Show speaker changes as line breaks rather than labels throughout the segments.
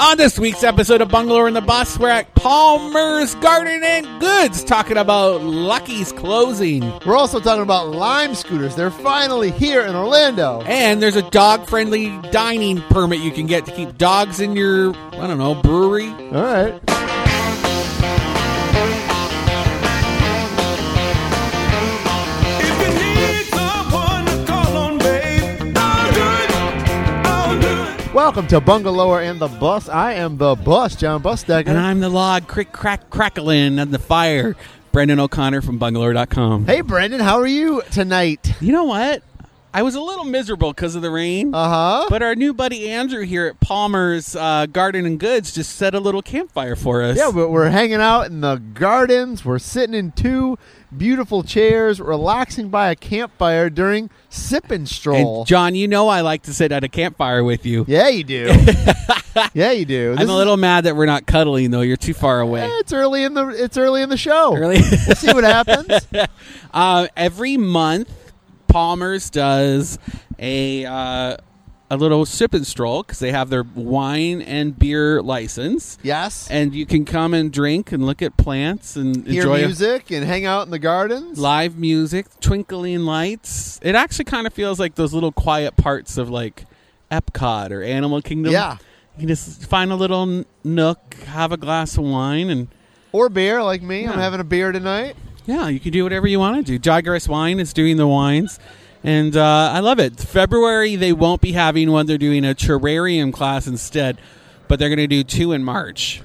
On this week's episode of Bungalow and the Bus, we're at Palmer's Garden and Goods talking about Lucky's closing.
We're also talking about Lime scooters. They're finally here in Orlando.
And there's a dog friendly dining permit you can get to keep dogs in your, I don't know, brewery.
All right.
If you need someone to call on, babe, I'll do it. I'll do it.
Welcome to Bungalower and the Bus. I am the bus, John
And
Busdecker.
I'm the log, crick, crack, crackling on the fire. Brendan O'Connor from bungalow.com.
Hey, Brandon, how are you tonight?
You know what? I was a little miserable because of the rain.
Uh huh.
But our new buddy Andrew here at Palmer's uh, Garden and Goods just set a little campfire for us.
Yeah, but we're hanging out in the gardens. We're sitting in two beautiful chairs, relaxing by a campfire during sip and stroll.
and John, you know I like to sit at a campfire with you.
yeah, you do. yeah, you do. This
I'm
is-
a little mad that we're not cuddling though. You're too far away.
Yeah, it's early in the it's early in the show.
Really?
We'll see what happens.
uh, every month, Palmer's does a uh, a little sip and stroll because they have their wine and beer license,
yes.
and you can come and drink and look at plants and
Hear
enjoy
music and hang out in the gardens.
live music, twinkling lights. It actually kind of feels like those little quiet parts of like Epcot or Animal Kingdom.
Yeah.
You can just find a little n- nook, have a glass of wine, and
Or beer, like me. I'm
Yeah.
having a beer tonight.
yeah, you can do whatever you want to do. Jaggers Wine is doing the wines, and uh, I love it. February, they won't be having one. They're doing a terrarium class instead, but they're going to do two in March.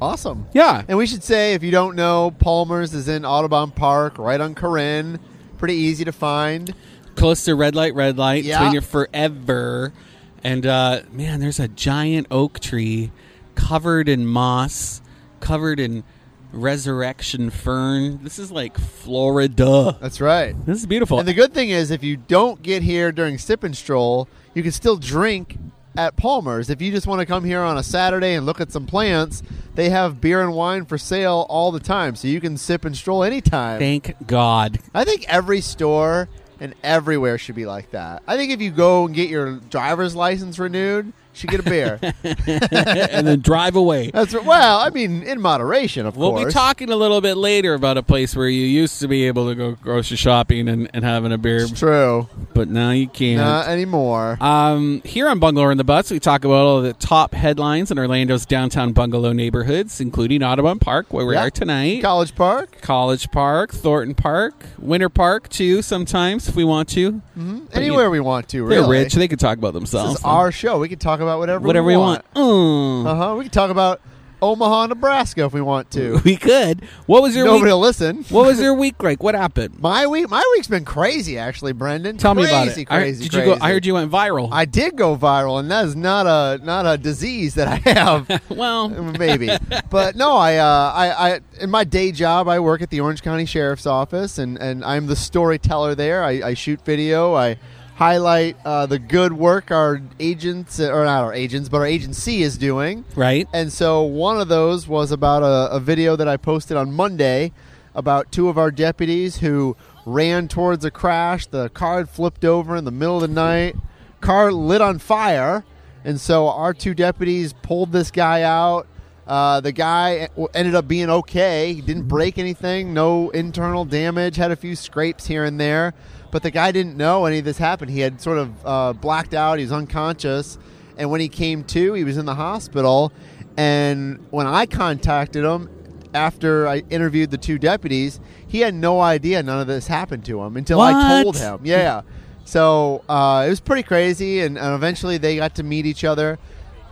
Awesome.
Yeah.
And we should say, if you don't know, Palmer's is in Audubon Park, right on Corinne. Pretty easy to find.
Close to red light, red light. It's
Yeah.
been here forever. And uh, man, there's a giant oak tree covered in moss, covered in resurrection fern. This is like Florida.
That's right.
This is beautiful.
And the good thing is, if you don't get here during sip and stroll, you can still drink at Palmer's. If you just want to come here on a Saturday and look at some plants, they have beer and wine for sale all the time, so you can sip and stroll anytime.
Thank God.
I think every store and everywhere should be like that. I think if you go and get your driver's license renewed, you should get a beer.
and then drive away.
That's right. Well, I mean, in moderation, of
We'll
course.
be talking a little bit later about a place where you used to be able to go grocery shopping and, and having a beer,
It's true.
but now you can't.
Not anymore.
Um, here on Bungalow in the Bus, we talk about all the top headlines in Orlando's downtown bungalow neighborhoods, including Audubon Park, where we
Yeah.
are tonight,
College Park.
College Park, Thornton Park, Winter Park, too, sometimes if we want to. But, you
Anywhere we want to,
know, they're
really.
rich. They can talk about themselves.
This is our show. We can talk about whatever,
Whatever
we
we want. Mm.
Uh huh. We can talk about Omaha, Nebraska if we want to.
Mm, we could. What was your
Nobody
week?
will listen.
What was your week like? What happened?
My week, my week's been crazy, actually, Brendan.
Tell
crazy,
me about it.
Crazy,
I-
crazy.
did you go? I heard you went viral.
I did go viral, and that is not a not a disease that I have.
well,
maybe. but no, I, uh, I, I, in my day job, I work at the Orange County Sheriff's Office, and, and I'm the storyteller there. I, I shoot video. I highlight uh, the good work our agents, or not our agents, but our agency is doing.
right.
And so one of those was about a, a video that I posted on Monday about two of our deputies who ran towards a crash. The car had flipped over in the middle of the night. Car lit on fire, and so our two deputies pulled this guy out. Uh, the guy w- ended up being okay. He didn't break anything, no internal damage. Had a few scrapes here and there, but the guy didn't know any of this happened. He had sort of uh, blacked out. He was unconscious, and when he came to, he was in the hospital. And when I contacted him after I interviewed the two deputies, he had no idea none of this happened to him until I told
What?
him. Yeah. So uh, it was pretty crazy, and, and eventually they got to meet each other.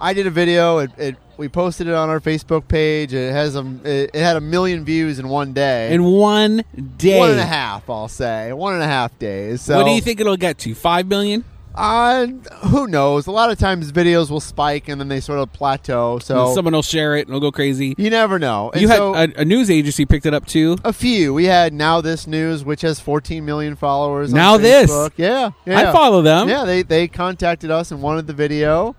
I did a video. It, it we posted it on our Facebook page. It has a it, it had a million views in one day.
In one day.
one and a half, I'll say, one and a half days. So
What do you think it'll get to? Five million?
Uh, who knows? A lot of times videos will spike and then they sort of plateau. So
Someone will share it and it'll go crazy.
you never know. And
you had
so-
a, a news agency picked it up too.
a few. We had now this news, which has 14 million followers. on
Now this.
Facebook. yeah, yeah.
I follow them.
Yeah, they they contacted us and wanted the video,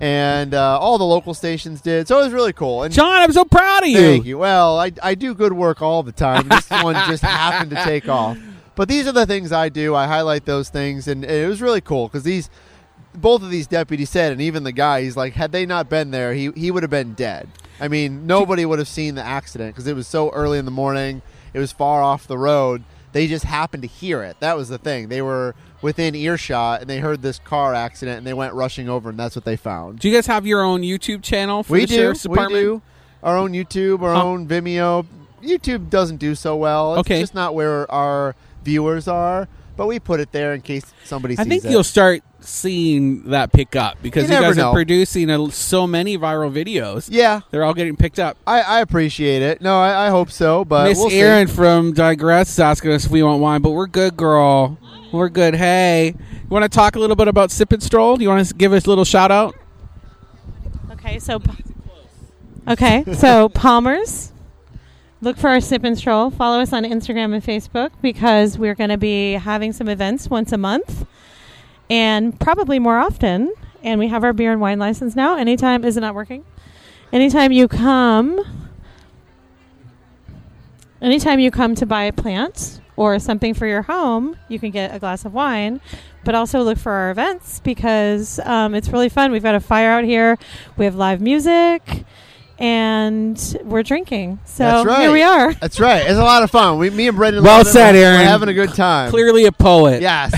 and uh, all the local stations did. So it was really cool. And
John, I'm so proud of you.
thank you. Well, I I do good work all the time. This one just happened to take off. But these are the things I do. I highlight those things, and it was really cool because these. both of these deputies said, and even the guy, he's like, had they not been there, he he would have been dead. I mean, nobody would have seen the accident because it was so early in the morning. It was far off the road. They just happened to hear it. That was the thing. They were within earshot and they heard this car accident and they went rushing over, and that's what they found.
Do you guys have your own YouTube channel for
we
the
do.
sheriff's
We
department?
do. Our own YouTube, our
Huh.
own Vimeo. YouTube doesn't do so well. It's
Okay.
just not where our viewers are, but we put it there in case somebody
I
sees
think
it.
you'll start seeing that pick up because
You
you,
never
guys
know.
are producing a, so many viral videos.
yeah,
They're all getting picked up.
I, I appreciate it. No, I, I hope so, but
Miss
Uh, we'll see.
Erin from Digress is asking us if we want wine, but we're good, girl. We're good. Hey, you want to talk a little bit about Sip and Stroll? Do you want to give us a little shout out?
Okay, so. Pa- Okay, so Palmer's. Look for our sip and stroll. Follow us on Instagram and Facebook because we're going to be having some events once a month and probably more often. And we have our beer and wine license now. Anytime, is it not working? Anytime you come, anytime you come to buy a plant or something for your home, you can get a glass of wine. But also look for our events because um, it's really fun. We've got a fire out here. We have live music, and we're drinking. So
That's right.
here we are.
That's right. It's a lot of fun. We, me and Brendan.
Well
love it.
said,
We're-
Aaron.
We're having a good time.
Clearly a poet.
Yes.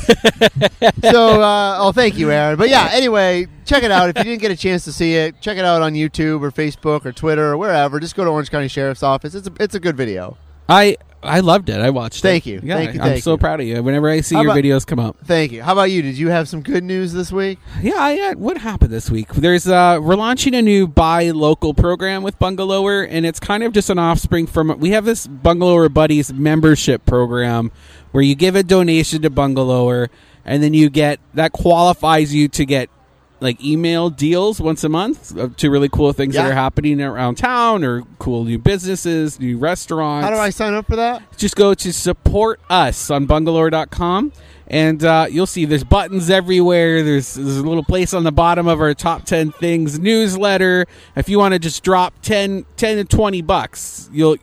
so, uh, oh, thank you, Aaron. But yeah, anyway, check it out. If you didn't get a chance to see it, check it out on YouTube or Facebook or Twitter or wherever. Just go to Orange County Sheriff's Office. It's a, it's a good video.
I I loved it. I watched
Thank
it.
you.
Yeah,
Thank you,
I'm
thank
so
you.
proud of you. Whenever I see
How
your
about-
videos come up.
Thank you. How about you? Did you have some good news this week?
Yeah, I, uh, what happened this week? There's uh, we're launching a new buy local program with Bungalower, and it's kind of just an offspring from we have this Bungalower Buddies membership program where you give a donation to Bungalower, and then you get that qualifies you to get like email deals once a month of two really cool things
Yeah.
that are happening around town or cool new businesses, new restaurants
How do I sign up for that?
just go to support us on bungalow.com and uh, you'll see there's buttons everywhere there's, there's a little place on the bottom of our top 10 things newsletter if you want to just drop 10 10 to 20 bucks you'll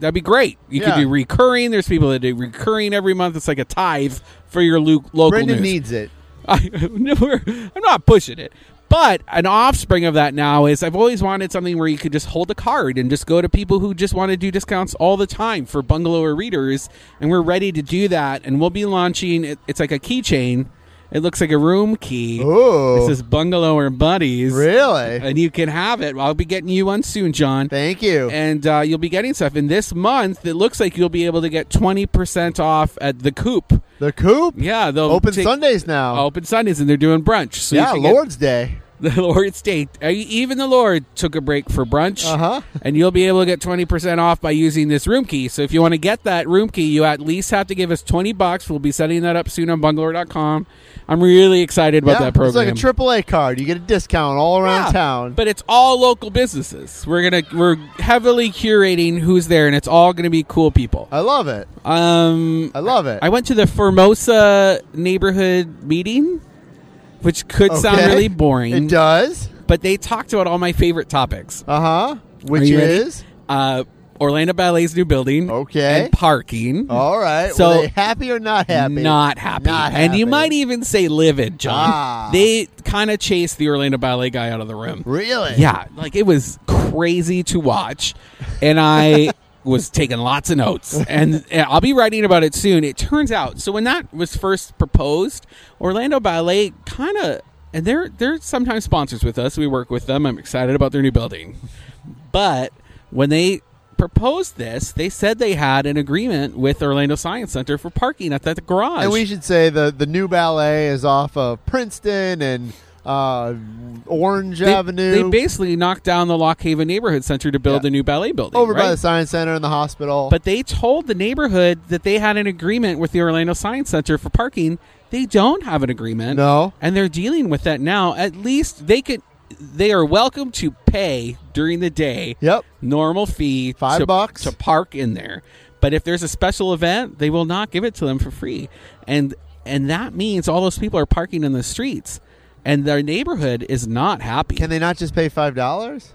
that'd be great you
Yeah.
could do recurring there's people that do recurring every month it's like a tithe for your lo- local
Brendan
news
needs it.
I, never, I'm not pushing it. But an offspring of that now is I've always wanted something where you could just hold a card and just go to people who just want to do discounts all the time for bungalower readers. And we're ready to do that. And we'll be launching it, it's like a keychain. It looks like a room key.
Oh.
It says bungalower buddies.
Really?
And you can have it. I'll be getting you one soon, John
Thank you.
and uh, you'll be getting stuff. And this month, it looks like you'll be able to get twenty percent off at the Coop.
The coop
Yeah, they'll
open
take-
Sundays now.
Open Sundays, and they're doing brunch. So you
Oh. yeah,
can get-
Lord's Day.
the Lord's Day. Uh, Even the Lord took a break for brunch,
Uh-huh.
and you'll be able to get twenty percent off by using this room key. So if you want to get that room key, you at least have to give us twenty bucks. We'll be setting that up soon on bungalow.com. I'm really excited about
yeah,
that program.
it's like a AAA card. You get a discount all around
Yeah,
town.
But it's all local businesses. We're gonna we're heavily curating who's there, and it's all gonna be cool people.
I love it.
Um,
I love it.
I went to the Formosa neighborhood meeting, which could sound
Okay.
really boring,
It does.
but they talked about all my favorite topics.
Uh huh. Which
you ready?
is
Uh, Orlando Ballet's new building,
Okay.
and parking.
all right.
So-
Were they happy or not happy?
Not happy.
Not
And you
happy.
might e even say livid, John.
Ah.
They kind of chased the Orlando Ballet guy out of the room.
really.
Yeah, like it was crazy to watch, and I was taking lots of notes, and, and I'll be writing about it soon. It turns out, so when that was first proposed, Orlando Ballet kind of, and they're they're sometimes sponsors with us. We work with them. I'm excited about their new building, but when they proposed this, they said they had an agreement with Orlando Science Center for parking at that garage.
And we should say the the new ballet is off of Princeton and uh, Orange
they,
Avenue,
they basically knocked down the Lock Haven Neighborhood Center to build
Yeah.
a new ballet building
over by
right?
the Science Center and the hospital.
But they told the neighborhood that they had an agreement with the Orlando Science Center for parking. They don't have an agreement.
No.
And they're dealing with that now. At least they could they are welcome to pay during the day
yep.
normal fee
Five
to,
bucks.
to park in there. But if there's a special event, they will not give it to them for free. And and that means all those people are parking in the streets. And their neighborhood is not happy.
Can they not just pay five dollars?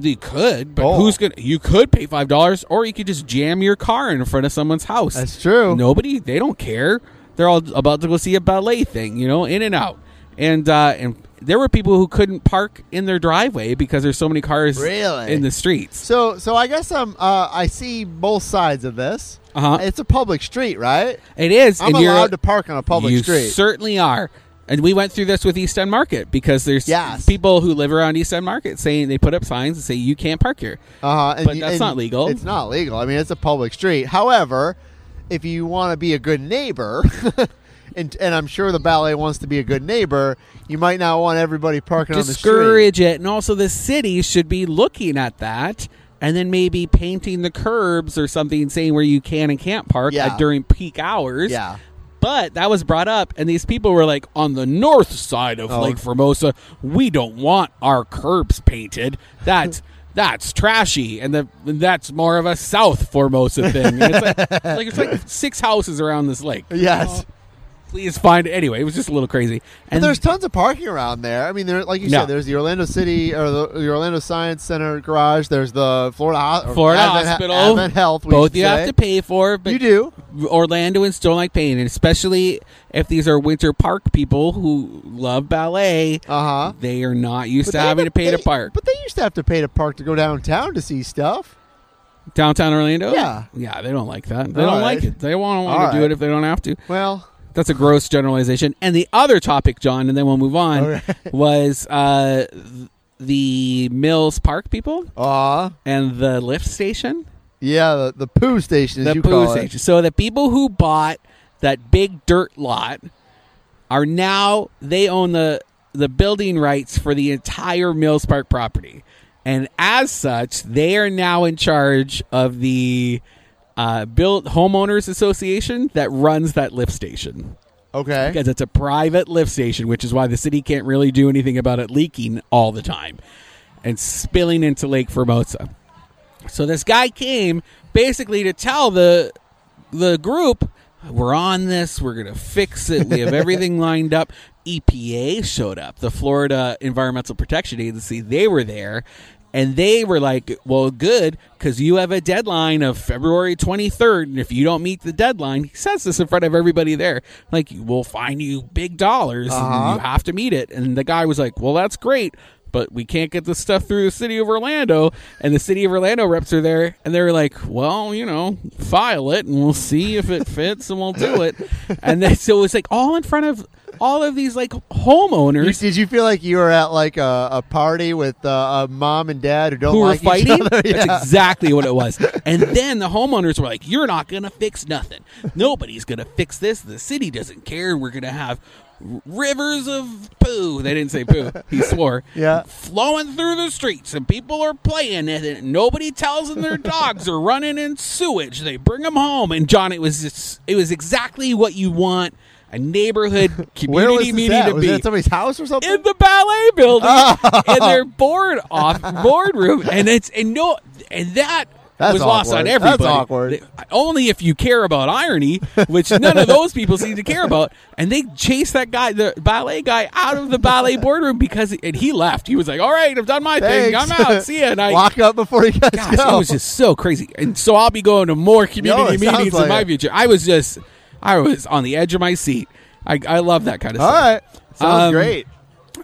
You could, but
Oh.
who's gonna? You could pay five dollars, or you could just jam your car in front of someone's house.
That's true.
Nobody, they don't care. They're all about to go see a ballet thing, you know, in and out. and uh, and there were people who couldn't park in their driveway because there's so many cars
Really?
in the streets.
So, so I guess I'm. Uh, I see both sides of this.
Uh-huh.
It's a public street, right?
It is.
I'm
and you're-
allowed to park on a public
you
street.
certainly are. And we went through this with East End Market because there's
Yes.
people who live around East End Market saying they put up signs and say you can't park here.
uh-huh, and
but
you-
that's
and
not legal.
It's not legal. I mean, it's a public street. However, if you want to be a good neighbor, and and I'm sure the ballet wants to be a good neighbor, you might not want everybody parking on the street.
Discourage it, and also the city should be looking at that and then maybe painting the curbs or something saying where you can and can't park
Yeah.
at- during peak hours.
Yeah.
But that was brought up, and these people were like, on the north side of
Oh.
Lake Formosa, we don't want our curbs painted. That's that's trashy, and the, that's more of a South Formosa thing. And it's like, it's like it's like six houses around this lake.
Yes.
Please find anyway. It was just a little crazy. And
But there's tons of parking around there. I mean, there, like you
No.
said, there's the Orlando City or the, the Orlando Science Center garage. There's the Florida Ho- or
Florida
Advent,
Hospital,
Advent Health. We
both
should
you
say.
have to pay for. But
You do.
Orlandoans don't like paying, and especially if these are Winter Park people who love ballet,
Uh huh.
they are not used
But
to
they
having to
have
pay to
they-
park.
But they used to have to pay to park to go downtown to see stuff.
Downtown Orlando,
Yeah.
yeah, they don't like that. They
All
don't
right.
like it. They won't
All
want to do
right.
it if they don't have to.
Well,
That's a gross generalization. And the other topic, John, and then we'll move on,
All right.
was uh, th- the Mills Park people
uh
and the lift station.
yeah, the, the poo station, as
the
you
poo
call
station. So the people who bought that big dirt lot are now they own the the building rights for the entire Mills Park property, and as such, they are now in charge of the uh, built homeowners association that runs that lift station
it. Okay.
because it's a private lift station, which is why the city can't really do anything about it leaking all the time and spilling into Lake Formosa. So this guy came basically to tell the the group we're on this, we're going to fix it. We have everything lined up. EPA showed up, the Florida Environmental Protection Agency, they were there. And they were like, well, good, because you have a deadline of February 23rd. And if you don't meet the deadline, he says this in front of everybody there, like, we'll fine you big dollars. And
Uh-huh.
you have to meet it. And the guy was like, well, that's great, but we can't get this stuff through the city of Orlando. And the city of Orlando reps are there, and they're like, well, you know, file it, and we'll see if it fits, and we'll do it. And then, so it's like all in front of all of these like
You-
homeowners
did you feel like you were at like a, a party with uh, a mom and dad who don't
who were
like each
fighting.
other? Yeah.
That's exactly what it was. And then the homeowners were like, "You're not going to fix nothing. Nobody's going to fix this. The city doesn't care. We're going to have." Rivers of poo. They didn't say poo. He swore.
Yeah.
Flowing through the streets, and people are playing it, and nobody tells them their dogs are running in sewage. They bring them home, and John, it was just, it was exactly what you want a neighborhood
Where was
community
this
meeting
at?
to
Was
be
it at somebody's house or something?
in the ballet building in their board off boardroom, and it's and no, and that
That's
was lost on
awkward.
everybody.
That's awkward.
They- Only if you care about irony, which none of those people seem to care about. And they chased that guy, the ballet guy, out of the ballet boardroom because and he left. He was like, "All right, I've done my thing.
Thanks.
I'm out. See ya." And I.
Lock up before you guys
Gosh,
go.
it was just so crazy, and so I'll be going to more community
No, it sounds
meetings in
like
my
it.
future. I was just, I was on the edge of my seat. I, I love that kind of
All
stuff.
right. Sounds
Um,
great.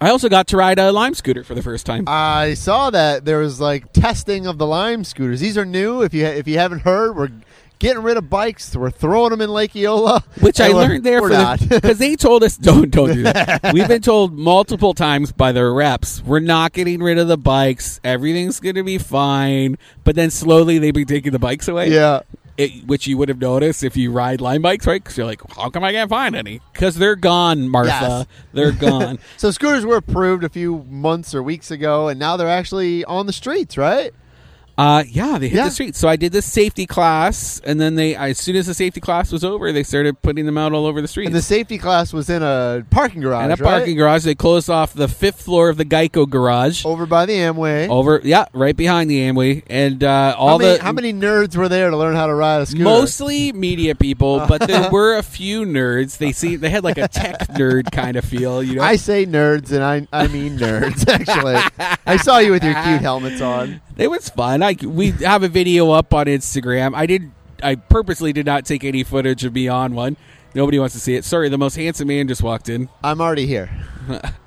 I also got to ride a lime scooter for the first time.
I saw that there was like testing of the Lime scooters. These are new. If you if you haven't heard, we're getting rid of bikes. We're throwing them in Lake Eola,
which I
And we're-
learned there
we're
for
not.
because they told us don't don't do that. We've been told multiple times by the reps we're not getting rid of the bikes. Everything's going to be fine. But then slowly they've been taking the bikes away.
yeah,
it, which you would have noticed if you ride line bikes, right? Because you're like, how come I can't find any? Because they're gone, Martha. They're gone.
So scooters were approved a few months or weeks ago, and now they're actually on the streets, right?
Uh, yeah, they hit
Yeah.
the streets. So I did this safety class, and then they, as soon as the safety class was over, they started putting them out all over the streets.
And the safety class was in a parking garage,
And a
right?
parking garage. They closed off the fifth floor of the Geico garage.
over by the Amway.
Over, yeah, right behind the Amway, and uh, all
how, many,
the
how many nerds were there to learn how to ride a scooter?
mostly media people, but there were a few nerds. They see they had like a tech nerd kind of feel, you know.
I say nerds, and I I mean nerds. Actually, I saw you with your cute helmets on.
it was fun. I we have a video up on Instagram. I did I purposely did not take any footage of me on one Nobody wants to see it. Sorry, the most handsome man just walked in.
I'm already here.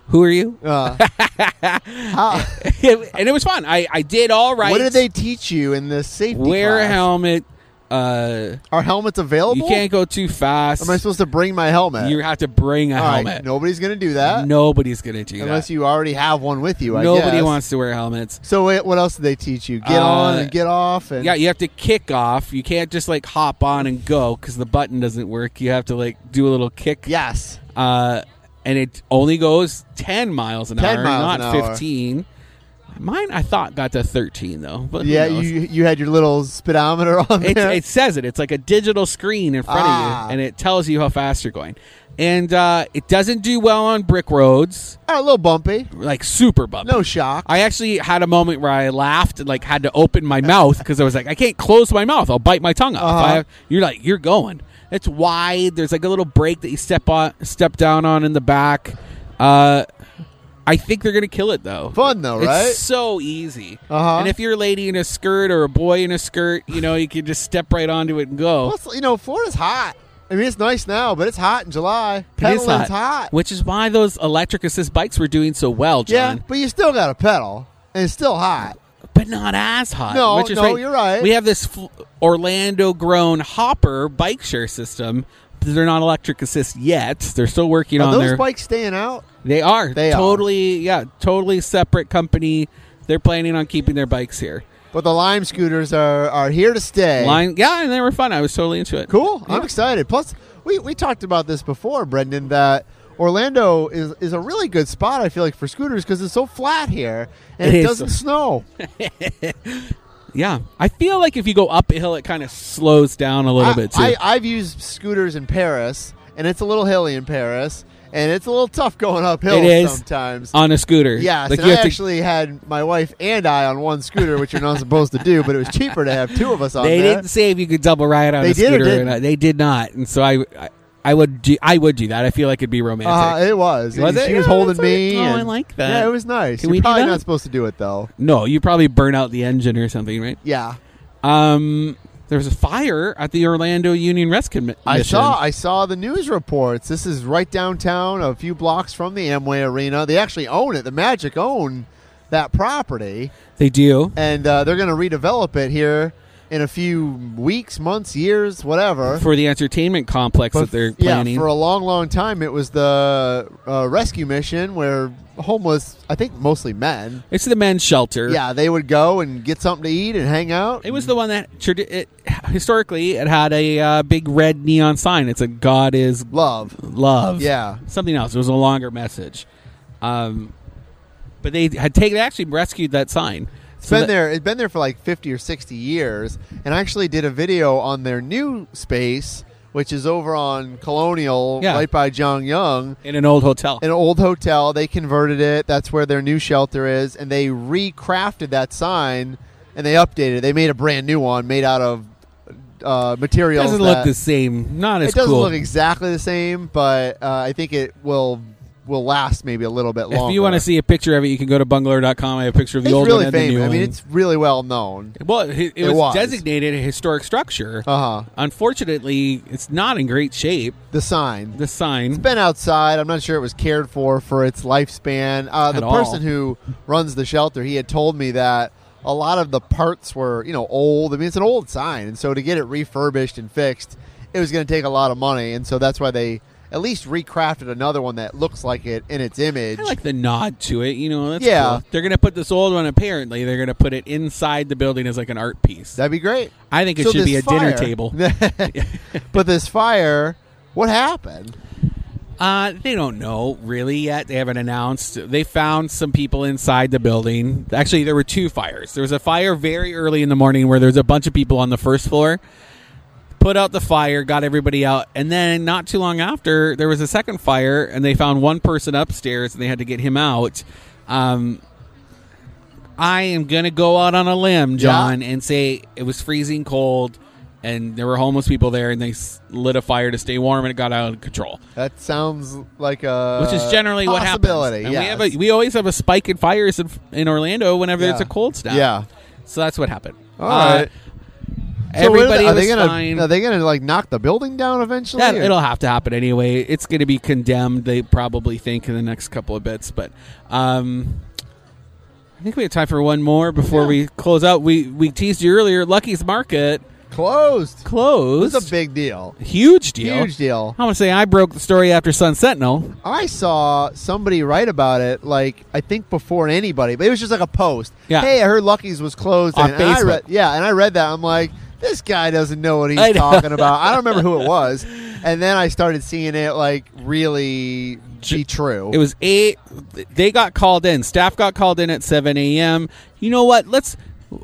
Who are you?
Uh, how-
and it was fun. I, I did all right.
What did they teach you in this safety
Wear a
class?
helmet. Uh,
Are helmets
you
available?
can't go too fast.
Am I supposed to bring my helmet?
you have to bring a
Uh, All right,
helmet.
nobody's going to do that
Nobody's gonna do
unless
that.
you already have one with you. I
Nobody
guess.
wants to wear helmets.
So wait, what else did they teach you? Get
Uh,
on and get off and
Yeah, you have to kick off. You can't just like hop on and go because the button doesn't work. You have to like do a little kick.
yes.
Uh, and it only goes 10 miles an
10
hour,
miles
not
an hour.
15. Mine, I thought, got to 13 though. But who
Yeah,
knows?
you you had your little speedometer on
It,
there.
it says it. It's like a digital screen in front
Ah.
of you, and it tells you how fast you're going. And uh, it doesn't do well on brick roads,
Oh, a little bumpy.
like super bumpy.
No shock.
I actually had a moment where I laughed and like had to open my mouth because I was like, I can't close my mouth. I'll bite my tongue off.
Uh-huh.
I have, you're like, you're going. It's wide. There's like a little break that you step on, step down on in the back. Uh, I think they're gonna kill it though.
Fun though, right?
It's so easy.
Uh-huh.
And if you're a lady in a skirt or a boy in a skirt, you know you can just step right onto it and go.
Plus, you know, Florida's hot. I mean, it's nice now, but it's hot in July.
It is
Pedaling's
hot, which is why those electric assist bikes were doing so well,
Yeah,
John.
but you still got to pedal, and it's still hot.
but not as hot.
No,
which is
no, you're right.
We have this fl- Orlando-grown Hopper bike share system. They're not electric assist yet. They're still working
Are
on
those
their.
bikes staying out?
they are.
They are.
totally. Yeah, totally separate company. They're planning on keeping their bikes here.
But the Lime scooters are are here to stay.
Line. Yeah, and they were fun. I was totally into it.
Cool. I'm excited. Plus, we, we talked about this before, Brendan, that Orlando is, is a really good spot, I feel like, for scooters because it's so flat here and
It
it,
is.
doesn't snow.
Yeah, I feel like if you go up a hill, it kind of slows down a little
I,
bit too.
I, I've used scooters in Paris, and it's a little hilly in Paris, and it's a little tough going uphill
It is.
sometimes.
on a scooter.
Yes,
like
and
you
I
have to
actually had my wife and I on one scooter, which you're not supposed to do, but it was cheaper to have two of us on
They
there.
didn't say if you could double ride on
They
a
did or
scooter.
didn't?
not. They did not, and so I, I, I would, do, I would do that. I feel like it'd be romantic.
Uh, it was.
Was
And
it?
She was
Yeah,
holding
that's all right.
me.
Oh, I
and-
like that.
Yeah, it was nice.
Can
You're
we do
probably
that?
not supposed to do it though.
no, you probably burn out the engine or something, right?
Yeah.
Um, there was a fire at the Orlando Union Rescue Commission.
I saw I saw the news reports. This is right downtown, a few blocks from the Amway Arena. They actually own it. The Magic own that property,
They do.
and uh, they're going to redevelop it here in a few weeks, months, years, whatever.
For the entertainment complex
But
that they're
f- yeah,
planning.
for a long, long time, it was the uh, rescue mission where homeless, I think mostly men,
it's the men's shelter.
yeah, they would go and get something to eat and hang out.
It was the one that tradi- it, historically it had a uh, big red neon sign. It's a God is
love.
love.
Yeah.
Something else. It was a longer message. Um, but they had taken actually rescued that sign.
It's been there. It's been there for like fifty or sixty years, and I actually did a video on their new space, which is over on Colonial,
Yeah.
right by Jong Young,
in an old hotel.
an old hotel. They converted it. That's where their new shelter is, and they recrafted that sign and they updated. it. They made a brand new one made out of uh,
It
materials.
doesn't look
that-
the same. Not as
It doesn't
cool.
look exactly the same, but uh, I think it will will last maybe a little bit longer.
if you want to see a picture of it, you can go to bungalow.com. I have a picture of the
it's
old
really
one and the
famous.
new
I mean,
one.
it's really well known.
well, it, it
it
was,
was.
designated a historic structure.
Uh huh.
Unfortunately, it's not in great shape.
The sign.
The sign.
It's been outside. I'm not sure it was cared for for its lifespan. Uh, the
At all.
person who runs the shelter, he had told me that a lot of the parts were, you know, old. I mean, it's an old sign, and so to get it refurbished and fixed, it was going to take a lot of money, and so that's why they at least recrafted another one that looks like it in its image.
I like the nod to it. You know, that's
Yeah.
cool. They're going to put this old one, apparently, they're going to put it inside the building as like an art piece.
That'd be great.
I think it
So
should be a
this
dinner
fire-
table.
but this fire, what happened?
Uh, they don't know really yet. They haven't announced. They found some people inside the building. Actually, there were two fires. There was a fire very early in the morning where there was a bunch of people on the first floor. Put out the fire, got everybody out, and then not too long after, there was a second fire, and they found one person upstairs, and they had to get him out. Um, I am gonna go out on a limb, John, and say it was freezing cold, and there were homeless people there, and they s- lit a fire to stay warm, and it got out of control
That sounds like a
which is generally what happens.
Uh, possibility,
And we,
yes.
have a, we always have a spike in fires in, in Orlando whenever
Yeah.
there's a cold snap.
Yeah.
Uh, So that's what happened.
All right.
Uh,
So what are
Everybody
they- are they
was
gonna,
fine.
Are they going to like knock the building down eventually?
That,
or-
it'll have to happen anyway. It's going to be condemned. They probably think in the next couple of bits, but um, I think we have time for one more before
Yeah.
we close out. We we teased you earlier. Lucky's Market
closed.
closed.
It's a big deal.
huge deal.
Huge deal.
I want to say I broke the story after Sun Sentinel.
I saw somebody write about it, like I think before anybody, but it was just like a post.
Yeah.
Hey, I heard Lucky's was closed.
On
and, and I
Facebook.
read, yeah, and I read that. I'm like, this guy doesn't know what he's
I know.
talking about. I don't remember who it was, and then I started seeing it like really be true.
It was eight. They got called in. Staff got called in at seven a.m. You know what? Let's.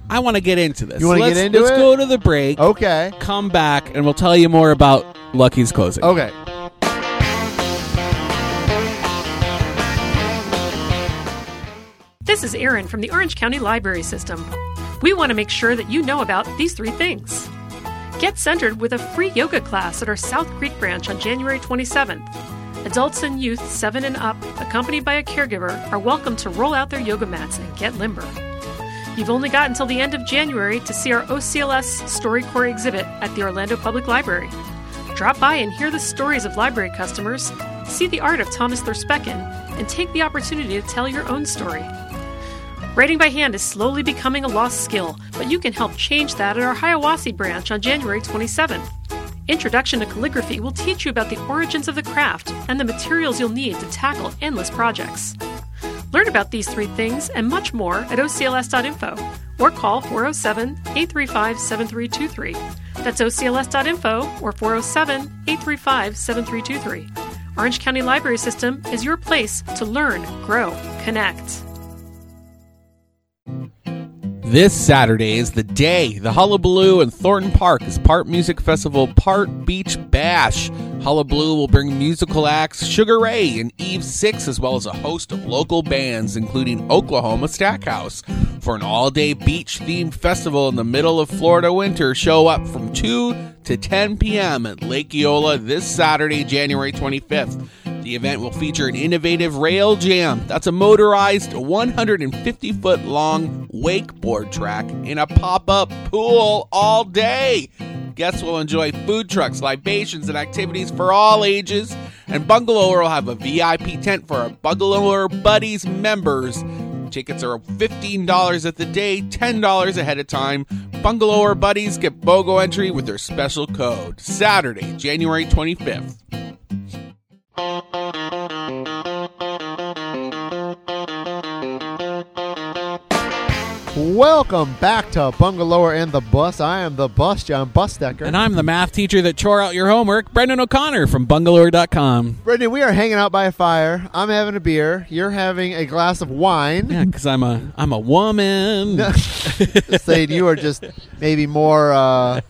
I want to get into this.
You wanna
Let's-
get into
Let's
it? Oh.
go to the break.
okay.
Come back and we'll tell you more about Lucky's closing.
Okay.
This is Erin from the Orange County Library System. We want to make sure that you know about these three things. Get centered with a free yoga class at our South Creek branch on January 27th. Adults and youth 7 and up, accompanied by a caregiver, are welcome to roll out their yoga mats and get limber. You've only got until the end of January to see our OCLS StoryCorps exhibit at the Orlando Public Library. Drop by and hear the stories of library customers, see the art of Thomas Thurspeckin, and take the opportunity to tell your own story. Writing by hand is slowly becoming a lost skill, but you can help change that at our Hiawassee branch on January 27th. Introduction to Calligraphy will teach you about the origins of the craft and the materials you'll need to tackle endless projects. Learn about these three things and much more at ocls.info or call 407 835 7323. That's ocls.info or 407 835 7323. Orange County Library System is your place to learn, grow, connect.
This Saturday is the day. The Hullabaloo in Thornton Park is part music festival, part beach bash. Hullabaloo will bring musical acts Sugar Ray and Eve Six, as well as a host of local bands, including Oklahoma Stackhouse, for an all day beach themed festival in the middle of Florida winter. Show up from 2 to 10 p.m. at Lake Eola this Saturday, January 25th. The event will feature an innovative rail jam that's a motorized 150 foot long wakeboard track in a pop up pool all day. Guests will enjoy food trucks, libations, and activities for all ages. And Bungalower will have a VIP tent for our Bungalower Buddies members. Tickets are $15 at the day, $10 ahead of time. Bungalow or buddies get BOGO entry with their special code. Saturday, January 25th.
Welcome back to Bungalower and the Bus. I am the Bus, John Busdecker.
And I'm the math teacher that chore out your homework, Brendan O'Connor from bungalower.com.
Brittany, we are hanging out by a fire. I'm having a beer. You're having a glass of wine.
Yeah, because I'm a I'm a woman. Mm-hmm.
saying you are just maybe more uh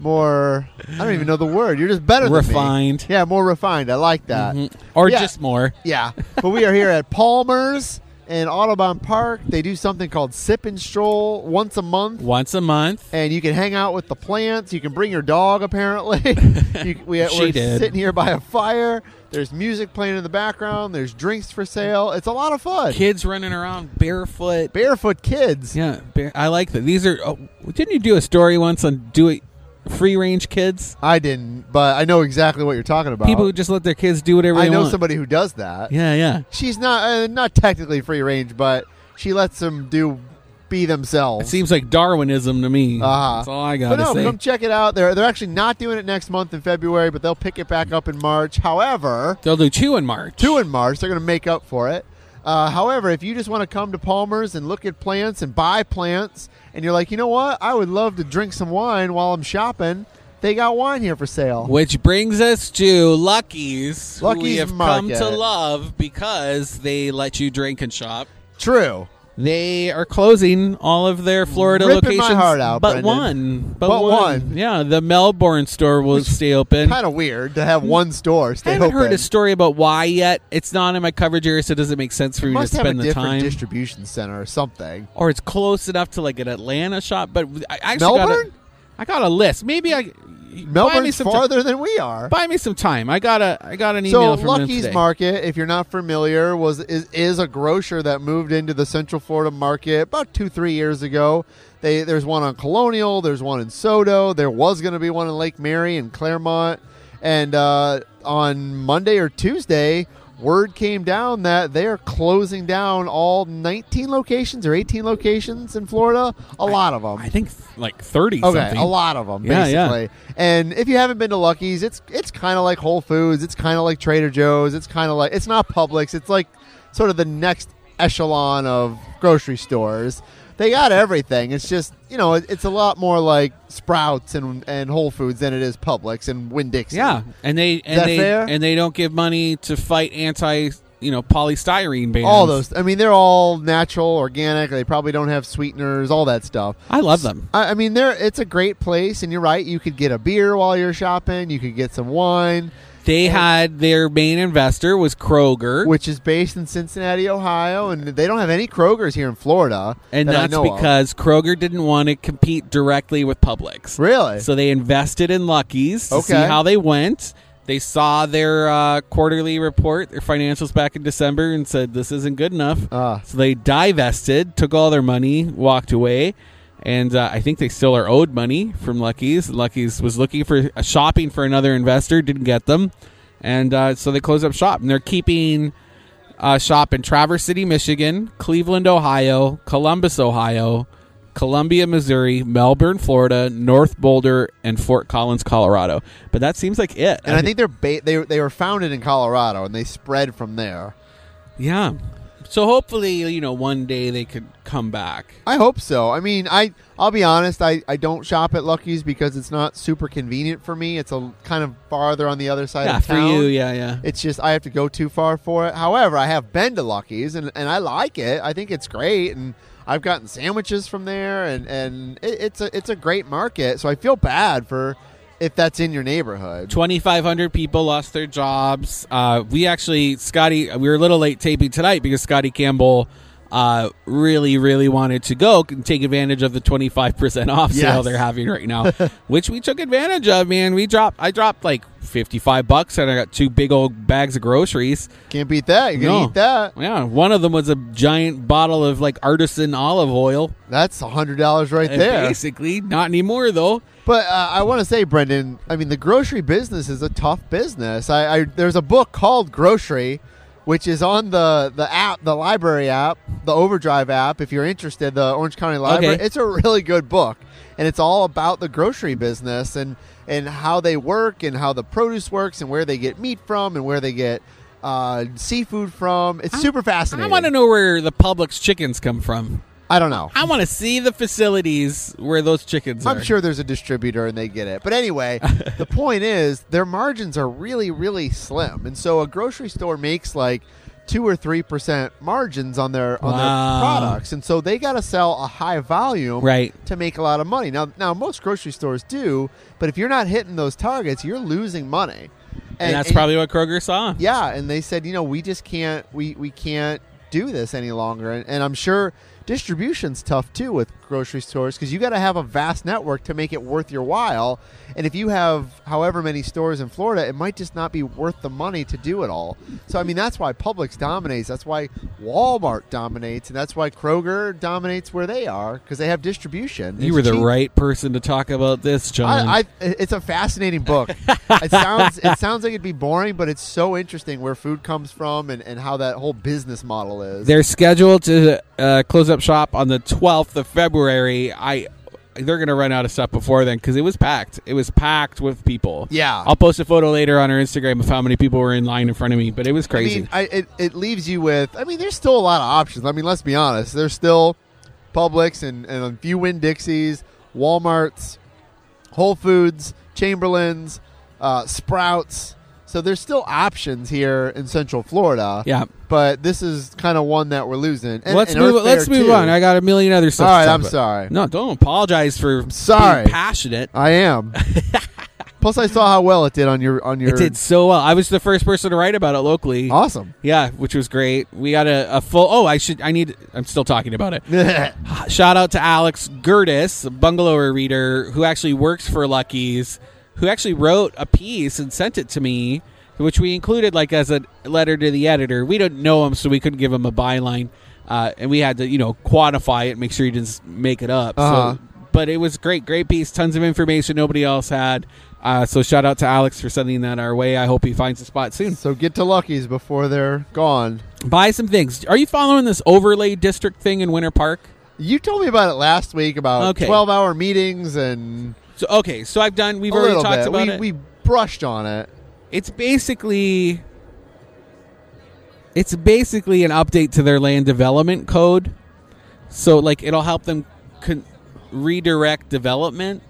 more I don't even know the word. You're just better than me.
Refined. Mm-hmm.
Yeah, more refined. I like that.
Or
Yeah.
just more.
Yeah. But we are here at Palmer's in Audubon Park. They do something called sip and stroll once a month.
Once a month.
And you can hang out with the plants. You can bring your dog. Apparently, you, we,
She
we're
did.
sitting here by a fire. There's music playing in the background. There's drinks for sale. It's a lot of fun.
Kids running around barefoot.
Barefoot kids.
Yeah, bare, I like that. These are. Oh, didn't you do a story once on do it free range kids?
I didn't, but I know exactly what you're talking about.
People who just let their kids do whatever
I
they
know
want.
somebody who does that.
Yeah, yeah.
She's not uh, not technically free range, but she lets them do be
It
themselves.
seems like Darwinism to me.
Uh-huh.
That's all I
But
got to
no,
say.
come check it out. They're they're actually not doing it next month in February, but they'll pick it back up in March. However,
They'll do two in March.
two in March, they're going to make up for it. Uh, however, if you just want to come to Palmer's and look at plants and buy plants, and you're like, you know what, I would love to drink some wine while I'm shopping. They got wine here for sale.
Which brings us to Lucky's, who we
Lucky's
have come
Market.
to love because they let you drink and shop.
True.
They are closing all of their Florida
Ripping my
locations,
heart out,
but
Brendan.
one, but,
But
one.
one.
Yeah, the Melbourne store will stay open.
Kind of weird to have one store
I
stay
haven't
open.
heard a story about why yet. It's not in my coverage area, so it doesn't make sense for me to
Must have a
spend the
different
time.
distribution center or something.
or it's close enough to like an Atlanta shop. But I actually got a,
Melbourne?
I got a list. Maybe I buy me
Melbourne's
some ti-
farther than we are.
buy me some time. I got a I got an
So
email from them
Lucky's
today.
Market, if you're not familiar, was is, is a grocer that moved into the Central Florida market about two three years ago. They there's one on Colonial, there's one in Soto, there was going to be one in Lake Mary and Claremont, and uh, on Monday or Tuesday, word came down that they are closing down all 19 locations or 18 locations in Florida, a lot of them.
I think like thirty
Okay,
something.
a lot of them,
Yeah, yeah.
basically. And if you haven't been to Lucky's, it's it's kind of like Whole Foods, it's kind of like Trader Joe's, it's kind of like it's not Publix, it's like sort of the next echelon of grocery stores. They got everything. It's just you know, it, it's a lot more like Sprouts and and Whole Foods than it is Publix and Winn Dixie.
Yeah, and they and
that
they
fair?
and they don't give money to fight anti you know polystyrene bans.
all those. I mean, they're all natural, organic. They probably don't have sweeteners, all that stuff.
I love them.
I, I mean, there it's a great place, and you're right. You could get a beer while you're shopping. You could get some wine.
They had their main investor was Kroger,
which is based in Cincinnati, Ohio, and they don't have any Krogers here in Florida.
and
that I
that's
know of.
because Kroger didn't want to compete directly with Publix.
really,
So they invested in Lucky's to see
Okay.
how they went. They saw their uh, quarterly report, their financials back in December, and said this isn't good enough.
Ah.
So they divested, took all their money, walked away, and uh, I think they still are owed money from Lucky's. Lucky's was looking for uh, shopping for another investor, didn't get them, and uh, so they closed up shop. And they're keeping uh, shop in Traverse City, Michigan, Cleveland, Ohio, Columbus, Ohio, Columbia, Missouri, Melbourne, Florida, North Boulder, and Fort Collins, Colorado. But that seems like it.
and I think they're ba- they they were founded in Colorado and they spread from there.
yeah. So hopefully, you know, one day they could come back.
I hope so. I mean, I I'll be honest. I, I don't shop at Lucky's because it's not super convenient for me. It's a kind of farther on the other side
Yeah,
of
for
town.
you, yeah, yeah.
It's just I have to go too far for it. However, I have been to Lucky's and, and I like it. I think it's great, and I've gotten sandwiches from there, and and it, it's a it's a great market. So I feel bad for if that's in your neighborhood.
2,500 people lost their jobs. Uh, we actually, Scotty, we were a little late taping tonight because Scotty Campbell uh, really, really wanted to go and take advantage of the 25% off sale
Yes.
they're having right now, which we took advantage of, man. We dropped, I dropped like 55 bucks and I got two big old bags of groceries.
Can't beat that. You can
No.
eat that.
Yeah. One of them was a giant bottle of like artisan olive oil.
That's a hundred dollars right
And
there.
Basically, not anymore though.
But uh, I want to say, Brendan. I mean, the grocery business is a tough business. I, I there's a book called Grocery, which is on the the app, the library app, the Overdrive app. If you're interested, the Orange County Library.
Okay.
It's a really good book, and it's all about the grocery business and and how they work and how the produce works and where they get meat from and where they get uh, seafood from. It's super fascinating.
I want to know where the Publix chickens come from.
I don't know.
I want to see the facilities where those chickens are.
I'm sure there's a distributor and they get it. But anyway, the point is their margins are really, really slim. And so a grocery store makes like two or three percent margins on their on
Wow.
their products. And so they gotta sell a high volume
Right.
to make a lot of money. Now now most grocery stores do, but if you're not hitting those targets, you're losing money.
And, that's probably what Kroger saw.
Yeah, and they said, you know, we just can't we we can't do this any longer. And, and I'm sure distribution's tough too with grocery stores because you got to have a vast network to make it worth your while. And if you have however many stores in Florida, it might just not be worth the money to do it all. So I mean, that's why Publix dominates. That's why Walmart dominates, and that's why Kroger dominates where they are because they have distribution.
You
It's
were the
cheap.
right person to talk about this, John.
I, I, it's a fascinating book. it sounds it sounds like it'd be boring, but it's so interesting where food comes from and, and how that whole business model is.
they're scheduled to uh, close up shop on the 12th of February. I they're going to run out of stuff before then cuz it was packed. It was packed with people.
Yeah.
I'll post a photo later on our Instagram of how many people were in line in front of me, but it was
I
crazy.
mean, uh, I, it, it leaves you with. I mean, there's still a lot of options. I mean, let's be honest. There's still Publix and, and a few Winn Dixies, WalMarts, Whole Foods, Chamberlains, uh, Sprouts. So there's still options here in Central Florida.
Yeah.
But this is kind of one that we're losing. And,
let's
and
move
Earth
let's
Fare,
move
too.
on. I got a million other stuff.
All
to
right,
talk
I'm
about.
sorry.
No, don't apologize for
sorry.
being passionate.
I am. Plus, I saw how well it did on your on your.
It did so well. I was the first person to write about it locally.
awesome.
Yeah, which was great. We got a, a full. Oh, I should. I need. I'm still talking about it. Shout out to Alex Gertis, a bungalower reader who actually works for Lucky's, who actually wrote a piece and sent it to me, which we included like as a letter to the editor. We didn't know him, so we couldn't give him a byline, uh, and we had to you know quantify it, make sure he didn't s- make it up.
Uh-huh.
So, but it was great, great piece, tons of information nobody else had. Uh, so shout out to Alex for sending that our way. I hope he finds a spot soon.
So get to Lucky's before they're gone.
Buy some things. Are you following this overlay district thing in Winter Park?
You told me about it last week about
Okay.
twelve-hour meetings and
So okay, so I've done. We've
a
already
little
talked
bit.
about
we,
it.
we brushed on it.
it's basically it's basically an update to their land development code so like it'll help them con- redirect development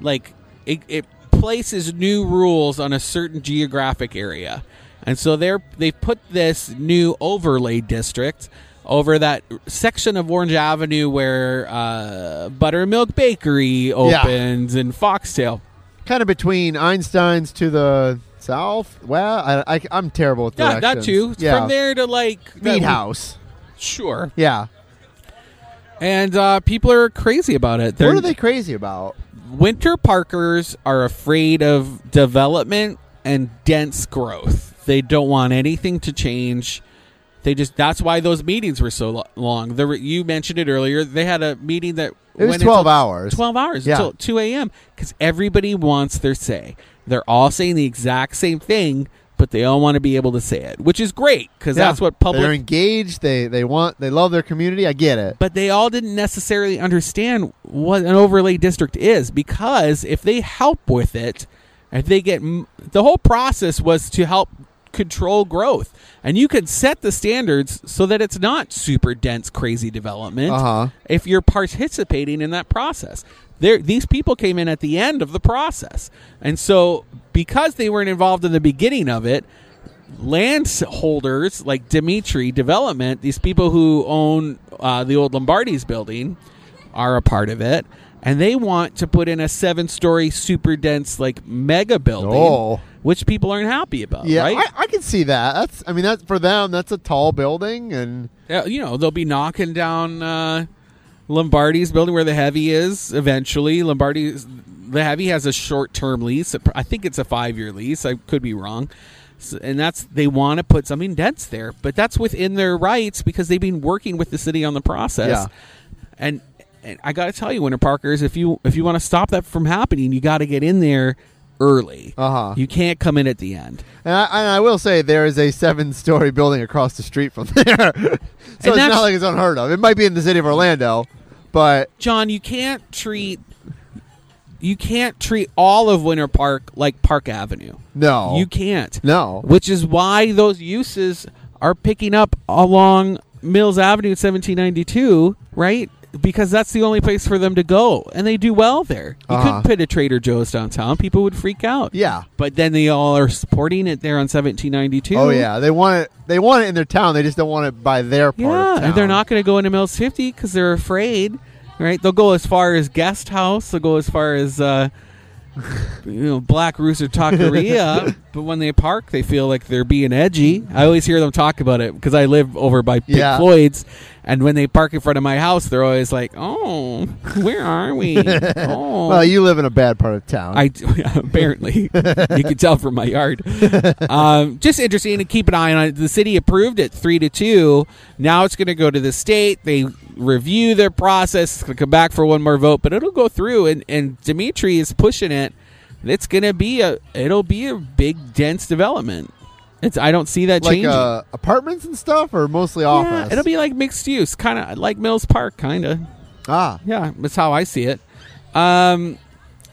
like it, it places new rules on a certain geographic area and so they're they put this new overlay district over that section of Orange Avenue where uh, Buttermilk Bakery opens and Foxtail.
Kind of between Einstein's to the south. Well, I, I, I'm terrible with
Yeah,
directions.
that too.
Yeah.
From there to like
Meat
that-
House.
Sure.
Yeah.
And uh, people are crazy about it. They're,
What are they crazy about?
Winter Parkers are afraid of development and dense growth. They don't want anything to change. They just that's why those meetings were so lo- long. There were, you mentioned it earlier. They had a meeting that
It was
went
12
until-
hours.
12 hours
Yeah.
until 2 a.m. because everybody wants their say. They're all saying the exact same thing, but they all want to be able to say it, which is great because that's
Yeah.
what public
They're engaged. They they want. They love their community. I get it.
but they all didn't necessarily understand what an overlay district is because if they help with it if they get m- the whole process was to help control growth and you could set the standards so that it's not super dense crazy development
Uh-huh.
if you're participating in that process there these people came in at the end of the process and so because they weren't involved in the beginning of it landholders like Dimitri Development, these people who own uh, the old Lombardi's building, are a part of it, and they want to put in a seven-story, super dense, like mega building,
Oh.
which people aren't happy about.
Yeah,
right?
I, I can see that. That's. I mean, that's for them. That's a tall building, and
Uh, you know, they'll be knocking down uh, Lombardi's building where the heavy is eventually. Lombardi's the heavy has a short term lease. I think it's a five year lease. I could be wrong. So, and that's they want to put something dense there, but that's within their rights because they've been working with the city on the process.
Yeah.
And and I got to tell you, Winter Parkers, if you if you want to stop that from happening, you got to get in there early.
Uh-huh.
You can't come in at the end.
and I, and I will say there is a seven-story building across the street from there. so it's
that's-
not like it's unheard of. It might be in the city of Orlando, but
John, you can't treat you can't treat all of Winter Park like Park Avenue.
no,
You can't.
Oh. No.
Which is why those uses are picking up along Mills Avenue in 1792, right? Because that's the only place for them to go, and they do well there. You
Uh-huh.
couldn't put a Trader Joe's downtown; people would freak out.
Yeah.
but then they all are supporting it there on 1792.
Oh yeah, they want it. They want it in their town. They just don't want it by their part.
Yeah,
of town.
and they're not going to go into Mills 50 because they're afraid, right? They'll go as far as guest house. They'll go as far as uh, you know Black Rooster Taqueria. but when they park, they feel like they're being edgy. I always hear them talk about it because I live over by Pink
Yeah.
Floyd's, and when they park in front of my house, they're always like, "Oh, where are we?" Oh,
Well, you live in a bad part of town.
I apparently you can tell from my yard. Um, just interesting to keep an eye on. it. The city approved it three to two. Now it's going to go to the state. They review their process. It's going to come back for one more vote, but it'll go through. And and Dimitri is pushing it. And It's going to be a it'll be a big dense development. It's I don't see that
like
changing.
uh, apartments and stuff, or mostly
yeah,
office.
it'll be like mixed use, kind of like Mills Park, kind of.
ah.
Yeah, that's how I see it. Um,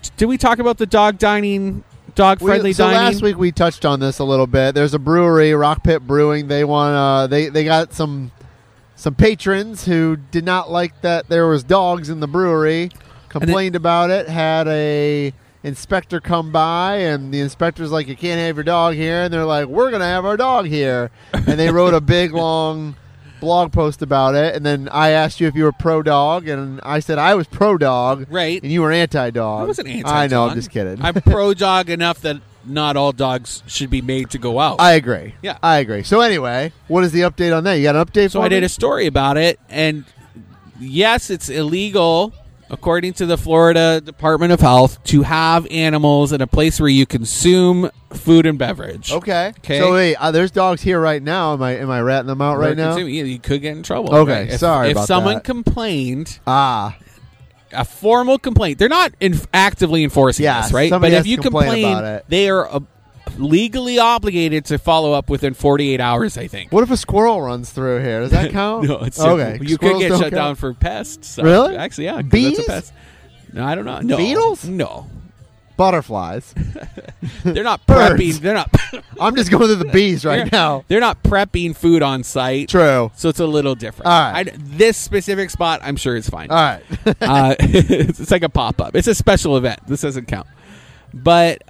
t- did we talk about the dog dining, dog
We-
friendly
so
dining?
last week we touched on this a little bit. There's a brewery, Rock Pit Brewing. They want uh, they they got some some patrons who did not like that there was dogs in the brewery. Complained about it. Had a inspector come by, and the inspector's like, "You can't have your dog here." And they're like, "We're gonna have our dog here." And they wrote a big long blog post about it. And then I asked you if you were pro dog, and I said I was pro dog,
Right.
And you were anti dog.
I wasn't anti.
I know. I'm
dog.
just kidding.
I'm pro dog enough that not all dogs should be made to go out.
I agree.
Yeah.
I agree. So anyway, what is the update on that? You got an update
so
for
I did
me?
a story about it, and yes, it's illegal according to the Florida Department of Health, to have animals in a place where you consume food and beverage.
Okay.
Okay.
So wait, uh, there's dogs here right now. Am I am I ratting them out
Or
right now?
consume- yeah, you could get in trouble.
Okay,
If,
sorry
If
about
someone
that.
complained,
Ah,
a formal complaint, they're not in, actively enforcing
Yeah,
this, right?
somebody
But
has
if
to
you
complain
complain,
about it.
they are uh, legally obligated to follow up within 48 hours. I think.
what if a squirrel runs through here? Does that count?
no, it's
okay.
You could
Squirrels
get
don't
shut
count?
down for pests. So-
Really?
Actually, yeah. 'cause
Bees?
That's a pest. No, I don't know. No.
Beetles?
No.
Butterflies.
They're not
Birds.
prepping. They're not.
I'm just going through the bees right
they're-
now.
They're not prepping food on site.
True.
So it's a little different.
All right.
I- this specific spot, I'm sure it's fine.
All right.
uh, it's it's like a pop up. It's a special event. This doesn't count. But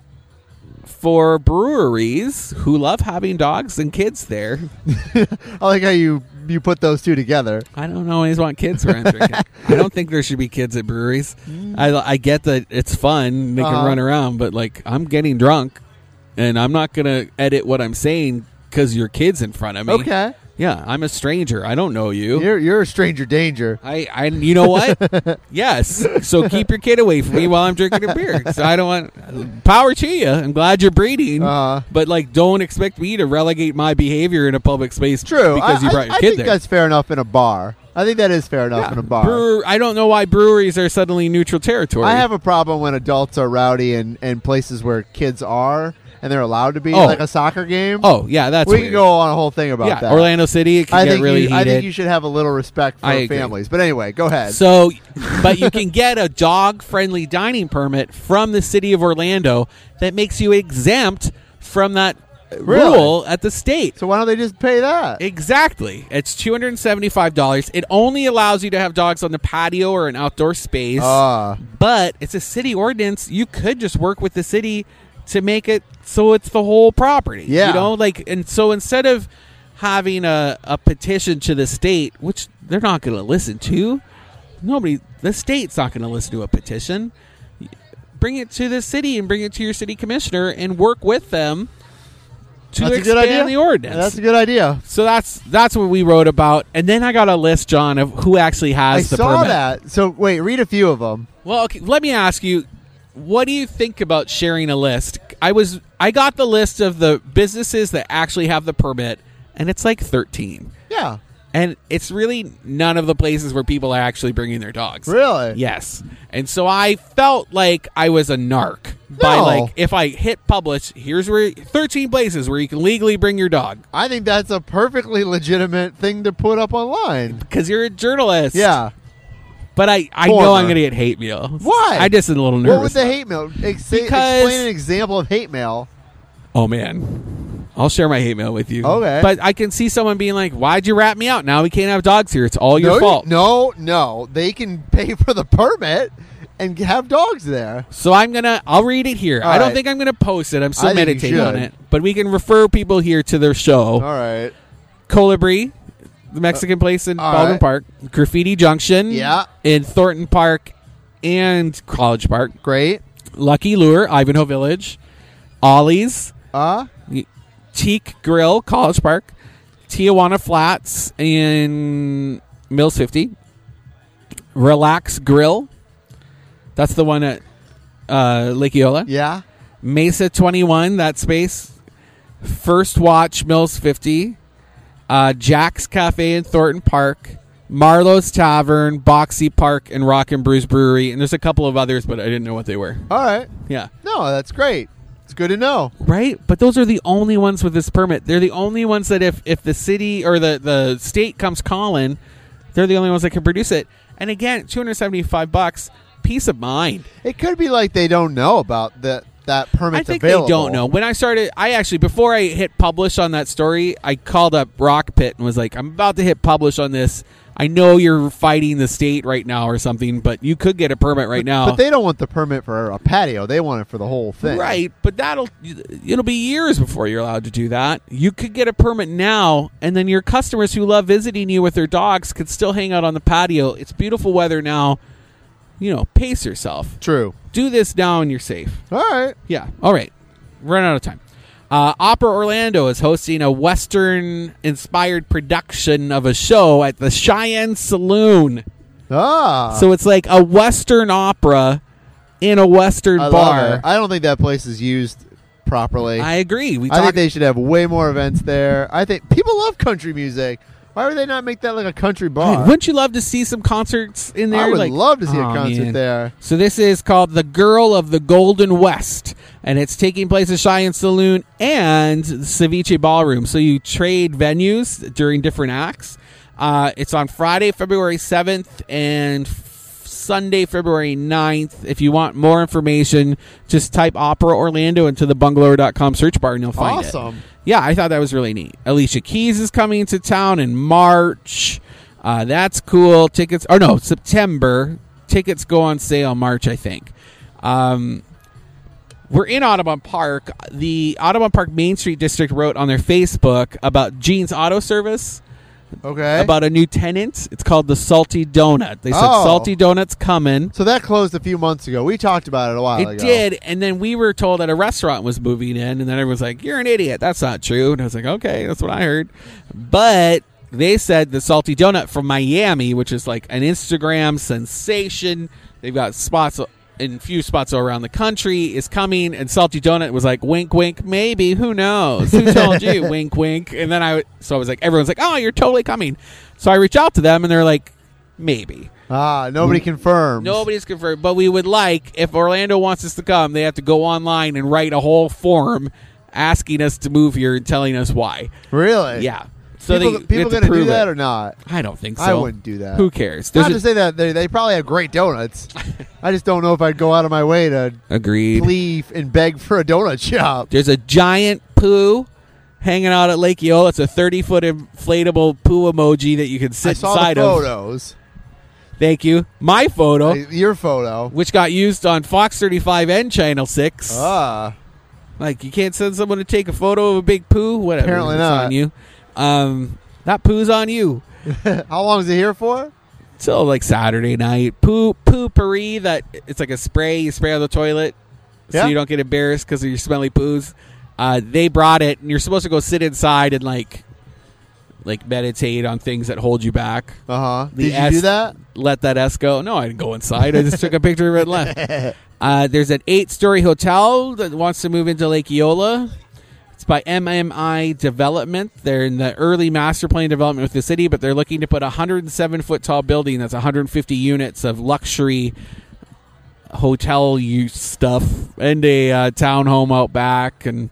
for breweries who love having dogs and kids there,
I like how you you put those two together.
I don't always want kids around drinking. I don't think there should be kids at breweries. I, I get that it's fun; they can
Mm. Uh-huh.
run around, but like I'm getting drunk, and I'm not gonna edit what I'm saying because your kid's in front of me.
Okay.
Yeah, I'm a stranger. I don't know you.
You're you're a stranger danger.
I, I, you know what? yes. So keep your kid away from me while I'm drinking a beer. So I don't want power to you. I'm glad you're breeding,
Uh-huh.
but like, don't expect me to relegate my behavior in a public space.
True.
because
I,
you
I-
brought your
I
kid
think
there.
that's fair enough in a bar. I think that is fair enough in a bar.
Brewer- I don't know why breweries are suddenly neutral territory.
I have a problem when adults are rowdy and, and places where kids are and they're allowed to be,
Oh.
like a soccer game.
Oh yeah, that's
we
weird.
can go on a whole thing about
yeah,
that.
Orlando City it can
I
get
think
really
you,
heated.
I think you should have a little respect for
I agree.
families. But anyway, go ahead.
so, but you can get a dog-friendly dining permit from the city of Orlando that makes you exempt from that
Really?
rule at the state.
So why don't they just pay that?
Exactly. It's two hundred and seventy-five dollars. It only allows you to have dogs on the patio or an outdoor space.
Ah.
but it's a city ordinance. You could just work with the city to make it so it's the whole property.
Yeah.
You know, like and so instead of having a, a petition to the state, which they're not gonna listen to, nobody the state's not gonna listen to a petition. Bring it to the city and bring it to your city commissioner and work with them to
that's a
expand
good idea.
the ordinance.
That's a good idea.
So that's that's what we wrote about, and then I got a list, John, of who actually has
I
the
saw
permit.
that. So wait, read a few of them.
Well, okay, let me ask you, what do you think about sharing a list? I was I got the list of the businesses that actually have the permit, and it's like thirteen,
Yeah.
and it's really none of the places where people are actually bringing their dogs.
Really?
Yes. And so I felt like I was a narc by
No.
like if I hit publish, here's where 13 places where you can legally bring your dog
I think that's a perfectly legitimate thing to put up online.
cuz you're a journalist.
Yeah.
But I, I
Former.
know I'm going to get hate mail.
Why?
I just am a little nervous.
What was the
about it.
hate mail? Ex-
Because-
explain an example of hate mail.
Oh man, I'll share my hate mail with you.
Okay.
but I can see someone being like, "Why'd you rat me out? Now we can't have dogs here. It's all Oh, your
no,
fault."
No, no. They can pay for the permit and have dogs there.
So I'm gonna, I'll read it here.
All
I don't
right.
think I'm gonna post it. I'm
I
still
think you
meditating on
should.
it. But we can refer people here to their show.
All right. Uh,
Colibri, the Mexican place in
all
Baldwin
right.
Park, Graffiti Junction,
Yeah.
in Thornton Park and College Park,
Great.
Lucky Lure, Ivanhoe Village, Ollie's,
Uh
Teak Grill, College Park, Tijuana Flats in Mills 50, Relax Grill. That's the one at uh, Lake Eola.
yeah.
Mesa 21, that space. First Watch, Mills 50. Uh, Jack's Cafe in Thornton Park. Marlowe's Tavern, Boxy Park, and Rock and Brews Brewery. And there's a couple of others, but I didn't know what they were.
All right.
Yeah.
No, that's great. It's good to know.
Right, but those are the only ones with this permit. They're the only ones that if if the city or the the state comes calling, they're the only ones that can produce it. And again, two hundred seventy five bucks, peace of mind.
It could be like they don't know about that that permit.
I think
available.
they don't know. When I started, I actually before I hit publish on that story, I called up Rock Pit and was like, "I'm about to hit publish on this. I know you're fighting the state right now or something, but you could get a permit right now."
But they don't want the permit for a patio. They want it for the whole thing.
Right, but that'll it'll be years before you're allowed to do that. You could get a permit now, and then your customers who love visiting you with their dogs could still hang out on the patio. It's beautiful weather now. You know, pace yourself.
True.
Do this now, and you're safe.
All right.
Yeah. All right. Run out of time. Uh, Opera Orlando is hosting a Western inspired production of a show at the Cheyenne Saloon
Ah,
So it's like a Western opera in a Western
I love
bar.
it. I don't think that place is used properly.
I agree. We
I think
talked.
they should have way more events there. I think people love country music. Why would they not make that like a country
Hey,
bar?
wouldn't you love to see some concerts in there?
I would
Like-
love to see a
Aw,
concert
man.
there.
So this is called "The Girl of the Golden West," and it's taking place at Cheyenne Saloon and Ceviche Ballroom. So you trade venues during different acts. Uh, it's on Friday, February seventh, and f- Sunday, February 9th. If you want more information, just type Opera Orlando into the bungalow.com search bar and you'll find it.
Awesome.
Yeah, I thought that was really neat. Alicia Keys is coming to town in March. Uh, that's cool. Tickets, or no, September. Tickets go on sale March, I think. Um, we're in Audubon Park. The Audubon Park Main Street District wrote on their Facebook about Jean's Auto Service
Okay.
about a new tenant. It's called the Salty Donut. They said
Oh.
Salty Donut's coming.
so that closed a few months ago. We talked about it a while
It
ago.
did, and then we were told that a restaurant was moving in, and then everyone's like, "You're an idiot. That's not true." And I was like, "Okay, that's what I heard," but they said the Salty Donut from Miami, which is like an Instagram sensation. They've got spots in few spots all around the country is coming, and Salty Donut was like, "Wink, wink, maybe. Who knows? Who told you? wink, wink." And then I, so I was like, everyone's like, "Oh, you're totally coming." So I reached out to them, and they're like, "Maybe."
Ah, nobody confirmed.
Nobody's confirmed, but we would like if Orlando wants us to come, they have to go online and write a whole form asking us to move here and telling us why.
Really?
Yeah. So
people,
they
people
have to
gonna do
prove
that
it.
or not?
I don't think so.
I wouldn't do that.
Who cares?
Not
There's
to
a-
say that they, they probably have great donuts. I just don't know if I'd go out of my way to
agreed.
plea and beg for a donut shop.
There's a giant poo hanging out at Lake Eola. It's a 30 foot inflatable poo emoji that you can sit
I saw
inside
the
of. Oh.
photos.
Thank you. My photo,
I- your photo.
which got used on Fox 35 and Channel 6.
Ah,
Like you can't send someone to take a photo of a big poo. Whatever.
Apparently
it's
not.
on you. Um, that poo's on you
how long is it here for?
till like Saturday night. Poo poo potpourri. That it's like a spray you spray on the toilet,
Yeah.
so you don't get embarrassed because of your smelly poos. Uh, they brought it, and you're supposed to go sit inside and like, like meditate on things that hold you back.
Uh huh.
The
Did you
S-
do that?
Let that S go. No, I didn't go inside. I just took a picture of it and left. Uh, there's an eight story hotel that wants to move into Lake Eola. It's by MMI Development. They're in the early master plan development with the city, but they're looking to put a 107 foot tall building that's 150 units of luxury hotel use stuff and a uh, townhome out back. And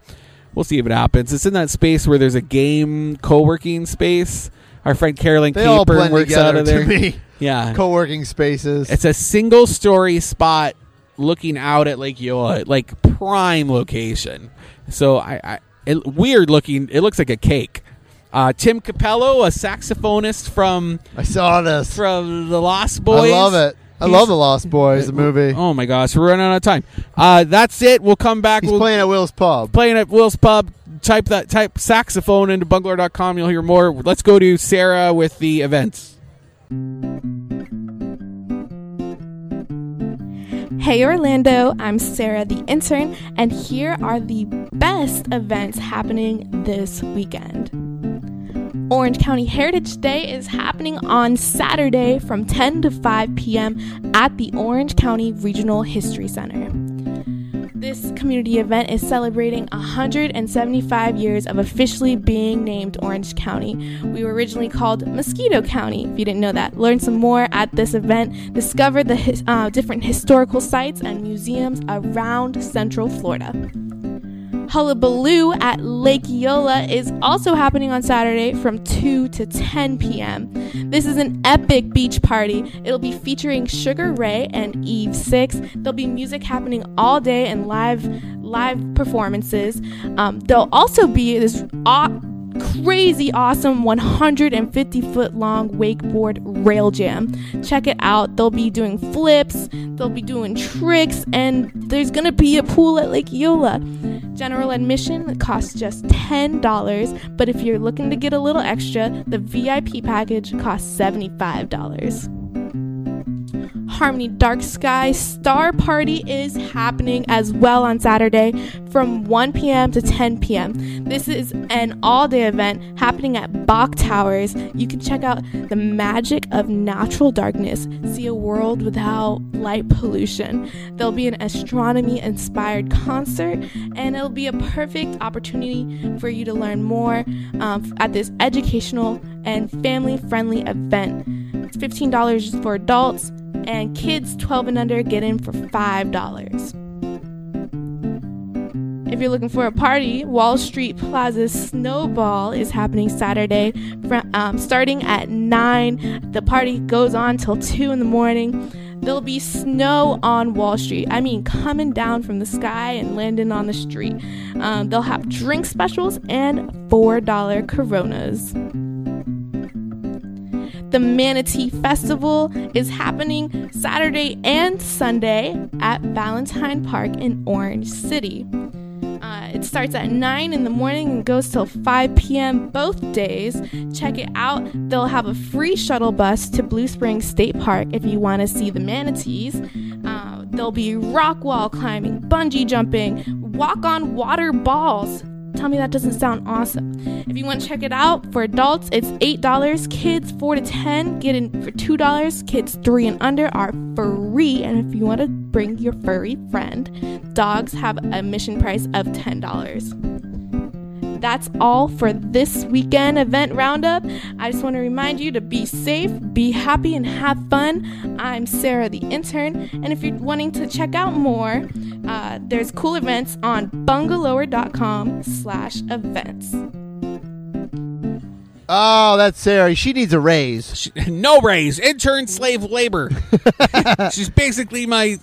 we'll see if it happens. It's in that space where there's a game co working space. Our friend Carolyn
They
Caper
all blend
works out
together
of there.
to me.
Yeah.
Co-working spaces.
It's a single story spot looking out at Lake Yola, like prime location. So I, I it, weird looking. It looks like a cake. Uh, Tim Capello, a saxophonist from
I saw this.
from the Lost Boys.
I love it. I
He's-
love the Lost Boys, the movie.
Oh my gosh, we're running out of time. Uh, that's it. We'll come back.
He's
we'll
playing at Will's Pub.
playing at Will's Pub. Type that type saxophone into bungler.com. You'll hear more. Let's go to Sarah with the events.
Hey Orlando, I'm Sarah the intern, and here are the best events happening this weekend. Orange County Heritage Day is happening on Saturday from 10 to 5 p.m. at the Orange County Regional History Center. This community event is celebrating 175 years of officially being named Orange County. We were originally called Mosquito County, if you didn't know that. Learn some more at this event. Discover the his, uh, different historical sites and museums around Central Florida. Hullabaloo at Lake Yola is also happening on Saturday from 2 to 10 p.m. This is an epic beach party. It'll be featuring Sugar Ray and Eve Six. There'll be music happening all day and live live performances. Um, there'll also be this aw- crazy awesome 150 foot long wakeboard rail jam. Check it out. They'll be doing flips, they'll be doing tricks, and there's gonna be a pool at Lake Yola. General admission costs just $10, but if you're looking to get a little extra, the VIP package costs $75. Harmony Dark Sky Star Party is happening as well on Saturday from 1 p.m. to 10 p.m. This is an all day event happening at Bach Towers. You can check out the magic of natural darkness, see a world without light pollution. There'll be an astronomy inspired concert, and it'll be a perfect opportunity for you to learn more um, at this educational and family friendly event. It's $15 for adults, and kids 12 and under get in for $5. If you're looking for a party, Wall Street Plaza's Snowball is happening Saturday, from, um, starting at 9. The party goes on till 2 in the morning. There'll be snow on Wall Street. I mean, coming down from the sky and landing on the street. Um, they'll have drink specials and $4 Coronas. The Manatee Festival is happening Saturday and Sunday at Valentine Park in Orange City. Uh, it starts at 9 in the morning and goes till 5 p.m. both days. Check it out. They'll have a free shuttle bus to Blue Springs State Park if you want to see the manatees. Uh, there'll be rock wall climbing, bungee jumping, walk on water balls. Tell me that doesn't sound awesome. If you want to check it out, for adults it's $8, kids 4 to 10 get in for $2, kids 3 and under are free, and if you want to bring your furry friend, dogs have a admission price of $10 that's all for this weekend event roundup. I just want to remind you to be safe, be happy, and have fun. I'm Sarah the intern, and if you're wanting to check out more, uh, there's cool events on bungalower.com/events.
Oh, that's Sarah. She needs a raise.
She, no raise. Intern slave labor. She's basically my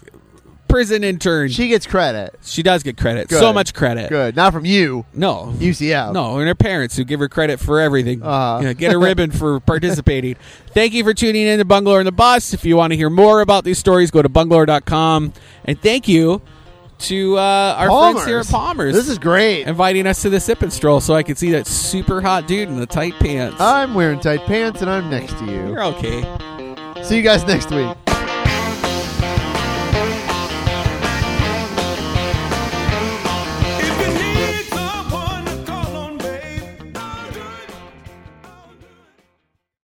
prison intern. She,
She gets credit.
does get credit.
Good.
So much credit.
Good. Not from you,
No.
UCF.
no, and her parents who give her credit for everything.
Uh-huh.
Yeah, get a ribbon for participating. Thank you for tuning in to Bungalow and the Bus. If you want to hear more about these stories, go to bungalow.com. And thank you to uh, our friends here at Palmer's.
This is great.
inviting us to the sip and stroll so I could see that super hot dude in the tight pants.
I'm wearing tight pants and I'm next to you.
You're okay.
See you guys next week.
Thank